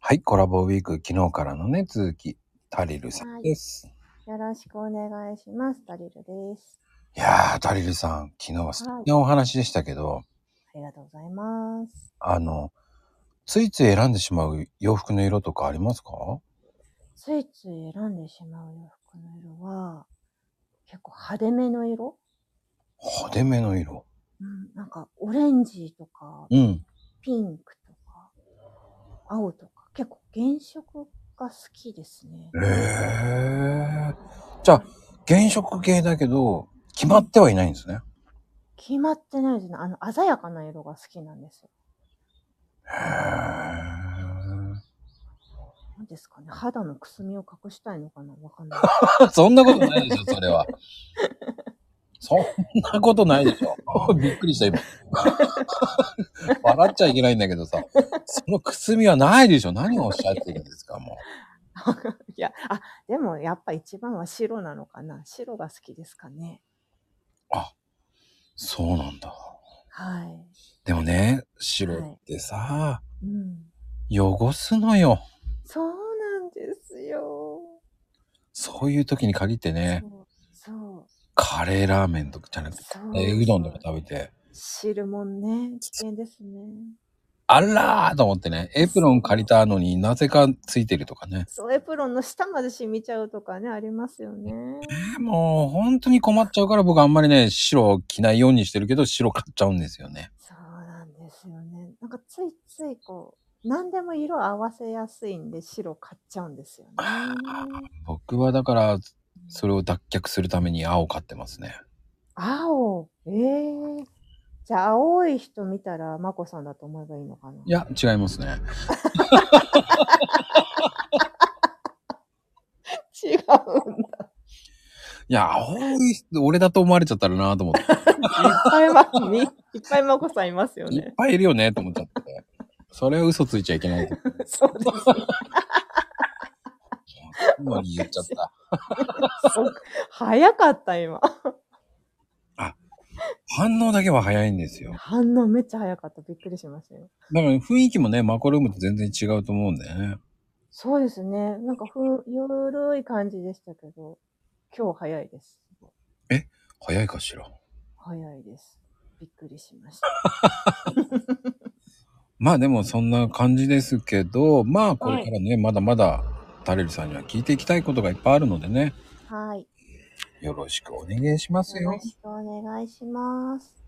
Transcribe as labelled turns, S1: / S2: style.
S1: はい、コラボウィーク、昨日からのね、続き、タリルさんです。
S2: よろしくお願いします。ダリルです。
S1: いやー、タリルさん、昨日は素敵なお話でしたけど、
S2: ありがとうございます。
S1: あの、ついつい選んでしまう洋服の色とかありますか
S2: ついつい選んでしまう洋服の色は、結構派手めの色、
S1: 派手めの色。
S2: うん、なんかオレンジとか、
S1: うん。
S2: ピンクとか、青とか、結構原色が好きですね。
S1: へえ。じゃあ、原色系だけど、決まってはいないんですね。
S2: 決まってないですね。あの、鮮やかな色が好きなんですよ。
S1: へえ。
S2: なんですかね。肌のくすみを隠したいのかなわかんない。
S1: そんなことないでしょ、それは。そんなことないでしょ。 びっくりした、今。笑っちゃいけないんだけどさ、そのくすみはないでしょ。何をおっしゃってるんですか、も
S2: い や、あ、でもやっぱ一番は白なのかな。白が好きですかね。
S1: う。あ、そうなんだ。
S2: はい。
S1: でもね、白ってさ、
S2: うん、
S1: 汚すのよ。
S2: そうなんですよ。
S1: そういう時に限ってね、
S2: そう。
S1: カレーラーメンとかじゃなくて、
S2: そう。
S1: えーうどんとか食べて、
S2: 汁もんね、危険ですね。
S1: あらーと思ってね、エプロン借りたのになぜかついてるとかね。
S2: そう、エプロンの下まで染みちゃうとかね、ありますよね。
S1: えーもう本当に困っちゃうから僕あんまりね、白を着ないようにしてるけど、白買っちゃうんですよね。
S2: そうなんですよね。なんかついついこう、何でも色合わせやすいんで白買っちゃうんですよね。
S1: 僕はだから、それを脱却するために青買ってますね。
S2: 青ええじゃあ、青い人見たら、まこさんだと思えばいいのかない
S1: や、違いますね。
S2: 違うんだ。
S1: いや、青い人、俺だと思われちゃったらなと思って。
S2: いっぱいま、みいっぱいまこさんいますよ
S1: いっ
S2: ね。
S1: ぱいいるよねと思っちゃって。それは嘘ついちゃいけない。
S2: そうです
S1: 今に言っちゃった。
S2: そう早かった今。
S1: 反応だけは早いんですよ。
S2: 反応めっちゃ早かった。びっくりしましたよ。
S1: だから雰囲気もね、マコルームと全然違うと思うんだよね。
S2: そうですね。なんかふん、ゆるい感じでしたけど、今日早いです。
S1: 早いかしら。
S2: 早いです。びっくりしました。
S1: まあでもそんな感じですけど、まあこれからね、まだまだタレルさんには聞いていきたいことがいっぱいあるのでね、
S2: はい。
S1: よろしくお願いします
S2: よ
S1: よ
S2: ろ。しくお願いします。